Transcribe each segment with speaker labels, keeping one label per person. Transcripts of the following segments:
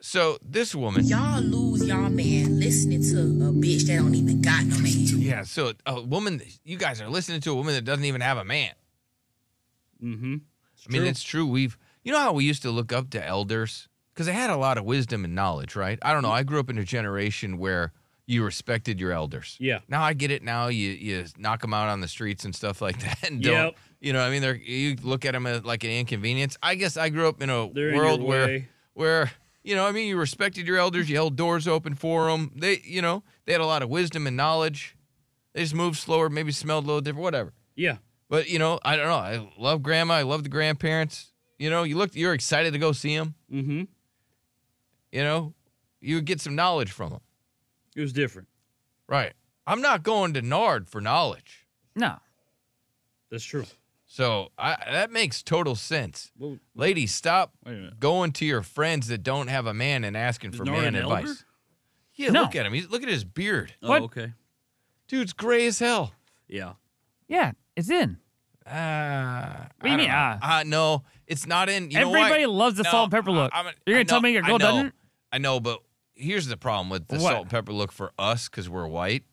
Speaker 1: So this woman,
Speaker 2: Y'all lose y'all man listening to a bitch that don't even got no man.
Speaker 1: yeah. So a woman, you guys are listening to a woman that doesn't even have a man.
Speaker 3: Mm-hmm.
Speaker 1: I mean, it's true. We've, you know, how we used to look up to elders because they had a lot of wisdom and knowledge, right? I don't know. I grew up in a generation where you respected your elders.
Speaker 3: Yeah.
Speaker 1: Now I get it. Now you you knock them out on the streets and stuff like that. And don't,
Speaker 3: Yep.
Speaker 1: You know, what I mean, they're you look at them as like an inconvenience. I guess I grew up in a
Speaker 3: They're in your
Speaker 1: world where
Speaker 3: way.
Speaker 1: where you know, what I mean, you respected your elders. You held doors open for them. They, you know, they had a lot of wisdom and knowledge. They just moved slower, maybe smelled a little different, whatever.
Speaker 3: Yeah.
Speaker 1: But you know, I don't know. I love grandma. I love the grandparents. You know, you look, you're excited to go see them.
Speaker 3: Mm-hmm.
Speaker 1: You know, you would get some knowledge from them.
Speaker 3: It was different.
Speaker 1: Right. I'm not going to Nard for knowledge.
Speaker 4: No.
Speaker 3: That's true.
Speaker 1: So I, that makes total sense.
Speaker 3: Well,
Speaker 1: Ladies, stop
Speaker 3: Wait a minute.
Speaker 1: going to your friends that don't have a man and asking
Speaker 3: Is
Speaker 1: for
Speaker 3: Nard
Speaker 1: man
Speaker 3: an elder?
Speaker 1: advice. Yeah,
Speaker 4: No.
Speaker 1: look at him. He's, look at his beard.
Speaker 3: Oh,
Speaker 4: What?
Speaker 3: okay.
Speaker 1: Dude's gray as hell.
Speaker 3: Yeah.
Speaker 4: Yeah, it's in.
Speaker 1: Ah,
Speaker 4: What do you mean,
Speaker 1: Ah, uh, no, it's not in. You know what?
Speaker 4: Everybody loves the
Speaker 1: No,
Speaker 4: salt and pepper
Speaker 1: I-
Speaker 4: look.
Speaker 1: I'm a-
Speaker 4: You're
Speaker 1: I
Speaker 4: gonna tell
Speaker 1: know-
Speaker 4: me your
Speaker 1: I
Speaker 4: girl
Speaker 1: know.
Speaker 4: doesn't?
Speaker 1: I know, but here's the problem with the
Speaker 4: What?
Speaker 1: salt and pepper look for us because we're white.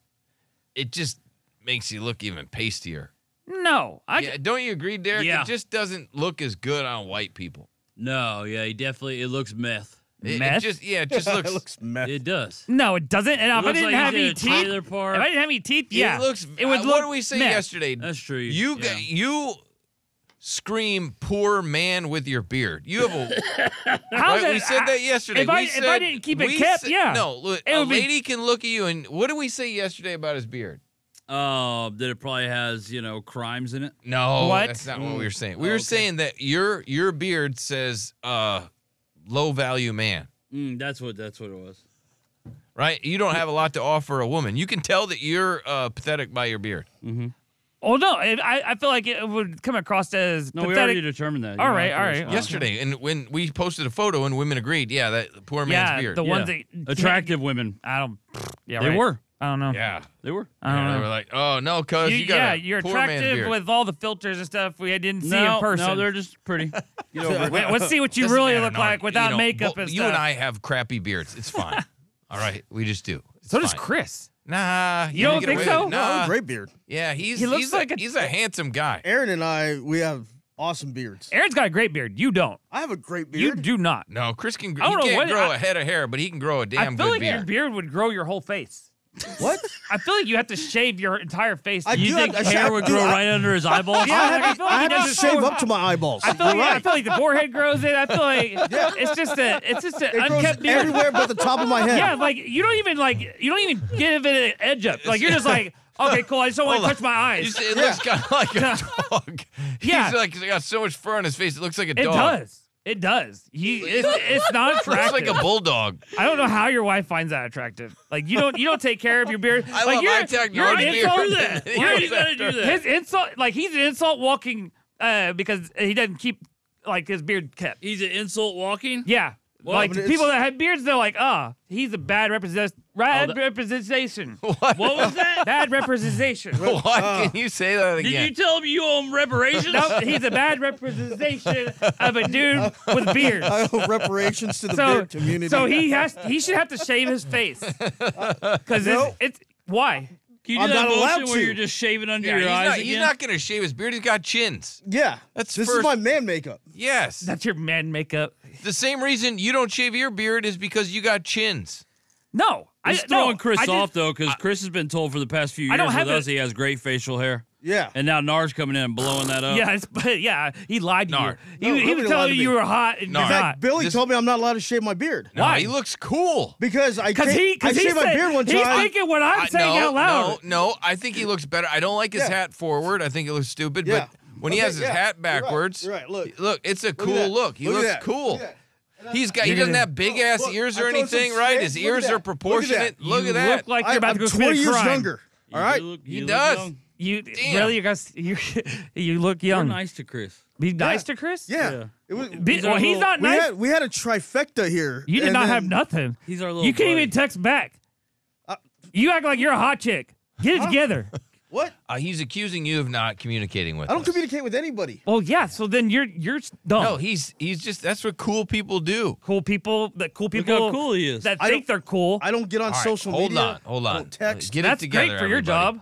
Speaker 1: It just makes you look even pastier.
Speaker 4: No. I
Speaker 1: yeah, don't you agree, Derek?
Speaker 3: Yeah.
Speaker 1: It just doesn't look as good on white people.
Speaker 3: No. Yeah. He definitely. It looks meth.
Speaker 1: It, it
Speaker 4: Meth?
Speaker 1: just yeah, it just looks.
Speaker 5: it looks meth.
Speaker 3: It does.
Speaker 4: no, it doesn't. And if I
Speaker 3: looks
Speaker 4: didn't
Speaker 3: like
Speaker 4: have
Speaker 3: he's in
Speaker 4: any
Speaker 3: a
Speaker 4: teeth,
Speaker 3: trailer
Speaker 4: if
Speaker 3: park.
Speaker 4: I didn't have any teeth, yeah,
Speaker 1: it looks.
Speaker 4: It would
Speaker 1: uh,
Speaker 4: look
Speaker 1: what did we say
Speaker 4: meh.
Speaker 1: yesterday?
Speaker 3: That's true.
Speaker 1: You
Speaker 3: yeah.
Speaker 1: g- you scream poor man with your beard. You have a
Speaker 4: How's
Speaker 1: Right,
Speaker 4: that-
Speaker 1: we said
Speaker 4: I-
Speaker 1: that yesterday.
Speaker 4: if
Speaker 1: we
Speaker 4: I- if I
Speaker 1: said,
Speaker 4: didn't keep it
Speaker 1: we
Speaker 4: kept,
Speaker 1: said-
Speaker 4: yeah.
Speaker 1: No, look,
Speaker 4: It
Speaker 1: a
Speaker 4: would be-
Speaker 1: lady can look at you and what did we say yesterday about his beard?
Speaker 3: Uh, that it probably has you know crimes in it.
Speaker 1: No,
Speaker 4: What?
Speaker 1: that's not what we were saying. We were
Speaker 3: okay.
Speaker 1: saying that your your beard says uh low value man,
Speaker 3: Mm, that's what. That's what it was.
Speaker 1: right? You don't have a lot to offer a woman. You can tell that you're uh, pathetic by your beard.
Speaker 4: Oh no, it, I I feel like it would come across as
Speaker 3: No, we
Speaker 4: pathetic.
Speaker 3: already determined that.
Speaker 4: All
Speaker 3: You don't have
Speaker 4: right,
Speaker 3: to
Speaker 4: all right.
Speaker 3: respond.
Speaker 1: Yesterday, and when we posted a photo and women agreed, yeah, that poor man's
Speaker 4: yeah,
Speaker 1: beard.
Speaker 4: the
Speaker 3: Yeah.
Speaker 4: ones that
Speaker 3: Attractive women.
Speaker 4: I don't. Yeah,
Speaker 3: They
Speaker 4: right.
Speaker 3: were.
Speaker 4: I don't know.
Speaker 1: yeah.
Speaker 3: They were.
Speaker 4: I don't
Speaker 1: Yeah, they
Speaker 4: know.
Speaker 1: were like, "Oh no, cuz
Speaker 4: Uh-huh. You-
Speaker 1: you, got
Speaker 4: yeah,
Speaker 1: a
Speaker 4: you're
Speaker 1: poor man's
Speaker 4: attractive
Speaker 1: beard."
Speaker 4: with all the filters and stuff we didn't see
Speaker 3: no,
Speaker 4: in person.
Speaker 3: no, they're just pretty. Get over it.
Speaker 4: Wait, let's see what you
Speaker 1: Doesn't
Speaker 4: really
Speaker 1: matter,
Speaker 4: look
Speaker 1: Nard.
Speaker 4: like
Speaker 1: You
Speaker 4: without
Speaker 1: know,
Speaker 4: makeup
Speaker 1: bo-
Speaker 4: and
Speaker 1: You
Speaker 4: stuff.
Speaker 1: and I have crappy beards. It's fine. All right, we just do. It's
Speaker 4: so does
Speaker 1: fine.
Speaker 4: Chris.
Speaker 1: Nah, he
Speaker 4: You don't
Speaker 1: didn't get
Speaker 4: think
Speaker 1: away
Speaker 4: so?
Speaker 1: with it.
Speaker 5: No, I'm
Speaker 1: Nah.
Speaker 5: gray beard.
Speaker 1: Yeah, he's
Speaker 4: He looks
Speaker 1: he's
Speaker 4: like
Speaker 1: a,
Speaker 4: a-
Speaker 1: he's a handsome guy.
Speaker 5: Aaron and I, we have awesome beards.
Speaker 4: Aaron's got a great beard. You don't.
Speaker 5: I have a great
Speaker 4: You
Speaker 5: beard.
Speaker 4: do not.
Speaker 1: No, Chris can gr-
Speaker 4: I
Speaker 1: he
Speaker 4: don't know
Speaker 1: can't
Speaker 4: what-
Speaker 1: grow
Speaker 4: I-
Speaker 1: a head of hair, but he can grow a damn
Speaker 4: I feel
Speaker 1: good
Speaker 4: like your
Speaker 1: beard.
Speaker 4: beard would grow your whole face.
Speaker 5: What?
Speaker 4: I feel like you have to shave your entire face.
Speaker 5: I
Speaker 4: to-
Speaker 5: do
Speaker 3: You think
Speaker 5: have- I-
Speaker 3: hair
Speaker 5: I
Speaker 3: would
Speaker 5: do-
Speaker 3: grow
Speaker 5: I-
Speaker 3: right under his eyeballs?
Speaker 4: Yeah,
Speaker 5: I
Speaker 4: like, I
Speaker 5: have,
Speaker 4: feel
Speaker 5: to,
Speaker 4: like he
Speaker 5: I have
Speaker 4: does
Speaker 5: to
Speaker 4: this
Speaker 5: shave
Speaker 4: for-
Speaker 5: up to my eyeballs.
Speaker 4: I feel like
Speaker 5: You're
Speaker 4: I
Speaker 5: right.
Speaker 4: feel like the forehead grows in. I feel like it's just a it's just an
Speaker 5: it grows
Speaker 4: unkept beard.
Speaker 5: everywhere but the top of my head.
Speaker 4: Yeah, like you don't even like you don't even give it an edge up. Like you're just like, okay, cool. I just don't want to
Speaker 1: Hold on.
Speaker 4: touch my eyes.
Speaker 1: You see, it looks kind of like a dog.
Speaker 4: Yeah.
Speaker 1: he's like he's got so much fur on his face. It looks like a
Speaker 4: it
Speaker 1: dog.
Speaker 4: does. It does. You, it's, it's not
Speaker 1: Looks
Speaker 4: attractive.
Speaker 1: like a bulldog.
Speaker 4: I don't know how your wife finds that attractive. Like you don't you don't take care of your beard.
Speaker 1: I
Speaker 4: like
Speaker 1: love
Speaker 4: you're,
Speaker 1: eye tag
Speaker 4: you're
Speaker 1: Nard's
Speaker 4: an
Speaker 1: beard.
Speaker 4: insult-
Speaker 1: Why
Speaker 4: you're-
Speaker 1: do you gotta do
Speaker 3: that?
Speaker 4: His insult like he's an insult walking uh because he doesn't keep like his beard kept.
Speaker 3: He's an insult walking.
Speaker 4: Yeah. like
Speaker 5: but it's-
Speaker 4: people that had beards, they're like, ah, he's a bad represent bad
Speaker 3: that-
Speaker 4: representation.
Speaker 1: What?
Speaker 3: Oh, What was that?
Speaker 4: bad representation.
Speaker 1: Why
Speaker 4: uh,
Speaker 1: can you say that
Speaker 3: Did
Speaker 1: again?
Speaker 3: you tell him you owe him reparations?
Speaker 4: Nope, he's a bad representation of a dude with beards.
Speaker 5: I owe reparations to the
Speaker 4: So,
Speaker 5: beard community.
Speaker 4: so he has he should have to shave his face because
Speaker 5: No.
Speaker 4: it's, it's why
Speaker 3: Can you
Speaker 5: I'm
Speaker 3: do that
Speaker 5: not allowed
Speaker 3: motion where
Speaker 5: to.
Speaker 3: you're just shaving under
Speaker 1: yeah,
Speaker 3: your
Speaker 1: he's,
Speaker 3: eyes
Speaker 1: not,
Speaker 3: again?
Speaker 1: he's not gonna shave his beard. He's got chins.
Speaker 5: yeah,
Speaker 1: That's
Speaker 5: this
Speaker 1: first-
Speaker 5: is my man makeup.
Speaker 1: Yes,
Speaker 4: that's your man makeup.
Speaker 1: the same reason you don't shave your beard is because you got chins.
Speaker 4: No, I
Speaker 3: It's throwing
Speaker 4: no,
Speaker 3: Chris
Speaker 4: I just-
Speaker 3: off though, because Chris has been told for the past few
Speaker 4: I
Speaker 3: years
Speaker 4: don't
Speaker 3: with
Speaker 4: have
Speaker 3: us
Speaker 4: it-
Speaker 3: he has great facial hair,
Speaker 5: Yeah,
Speaker 3: and now Nars coming in and blowing that up.
Speaker 4: Yeah, it's, but yeah, he lied to
Speaker 1: Nard.
Speaker 4: you.
Speaker 5: No,
Speaker 4: He, he
Speaker 5: nobody
Speaker 4: was
Speaker 5: lied
Speaker 4: telling
Speaker 5: to
Speaker 4: you
Speaker 5: me.
Speaker 4: you were hot and
Speaker 1: Nard.
Speaker 4: you're
Speaker 1: That
Speaker 4: not.
Speaker 5: Billy
Speaker 1: This-
Speaker 5: told me I'm not allowed to shave my beard
Speaker 1: No,
Speaker 4: Why?
Speaker 1: he looks cool.
Speaker 5: because I
Speaker 4: Because
Speaker 5: can't-
Speaker 4: he,
Speaker 5: I
Speaker 4: because he
Speaker 5: shaved my
Speaker 4: said-
Speaker 5: beard one
Speaker 4: He's
Speaker 5: time.
Speaker 4: thinking what I'm
Speaker 1: I-
Speaker 4: saying
Speaker 1: no,
Speaker 4: out loud.
Speaker 1: No, no, I think he looks better. I don't like his
Speaker 5: Yeah.
Speaker 1: hat forward. I think it looks stupid.
Speaker 5: Yeah.
Speaker 1: But when he
Speaker 5: Okay,
Speaker 1: has his
Speaker 5: yeah.
Speaker 1: hat
Speaker 5: You're right.
Speaker 1: backwards,
Speaker 5: You're right. Look.
Speaker 1: look, it's a cool
Speaker 5: that.
Speaker 1: look. He
Speaker 5: Look at
Speaker 1: looks
Speaker 5: that.
Speaker 1: cool.
Speaker 5: Look at
Speaker 1: He's got. He
Speaker 4: You're
Speaker 1: doesn't
Speaker 4: gonna-
Speaker 1: have big ass
Speaker 5: look,
Speaker 1: ears
Speaker 5: I
Speaker 1: or
Speaker 5: throw some
Speaker 1: anything, right? His
Speaker 5: snakes. Look at
Speaker 1: ears
Speaker 5: that.
Speaker 1: are
Speaker 5: Look at
Speaker 1: proportionate.
Speaker 5: that.
Speaker 1: Look
Speaker 4: you
Speaker 1: at that.
Speaker 4: look like
Speaker 5: I,
Speaker 4: you're about
Speaker 5: am
Speaker 4: to go commit
Speaker 5: 20
Speaker 4: a
Speaker 5: years
Speaker 4: crime.
Speaker 5: younger.
Speaker 3: You
Speaker 5: All right,
Speaker 3: look-
Speaker 1: He
Speaker 3: you look
Speaker 1: does.
Speaker 3: young.
Speaker 4: You
Speaker 1: Damn.
Speaker 4: really you guys you you look
Speaker 3: You're
Speaker 4: young.
Speaker 3: nice to Chris.
Speaker 4: Be nice to Chris.
Speaker 5: yeah.
Speaker 3: Yeah.
Speaker 5: It was,
Speaker 4: Be-
Speaker 3: He's our
Speaker 4: well, he's
Speaker 3: little-
Speaker 4: not
Speaker 5: we
Speaker 4: nice.
Speaker 5: had we had a trifecta here.
Speaker 4: you did
Speaker 5: and
Speaker 4: not
Speaker 5: then-
Speaker 4: have nothing.
Speaker 3: He's our little.
Speaker 4: You can't even
Speaker 3: buddy.
Speaker 4: text back.
Speaker 5: Uh,
Speaker 4: you act like you're a hot chick. Get it together.
Speaker 5: What?
Speaker 1: Uh, he's accusing you of not communicating with
Speaker 5: I don't
Speaker 1: us.
Speaker 5: communicate with anybody.
Speaker 4: Well, yeah. So then you're you're s- dumb.
Speaker 1: No, he's he's just that's what cool people do.
Speaker 4: cool people that cool
Speaker 3: Look
Speaker 4: people
Speaker 3: how cool he is.
Speaker 4: that
Speaker 5: I
Speaker 4: think
Speaker 5: don't-
Speaker 4: they're cool.
Speaker 5: I don't get on
Speaker 1: All right,
Speaker 5: social
Speaker 1: hold
Speaker 5: media.
Speaker 1: on, hold
Speaker 5: I
Speaker 1: on.
Speaker 5: don't text.
Speaker 1: Get
Speaker 4: That's
Speaker 1: it together.
Speaker 4: great for your
Speaker 1: everybody.
Speaker 4: job.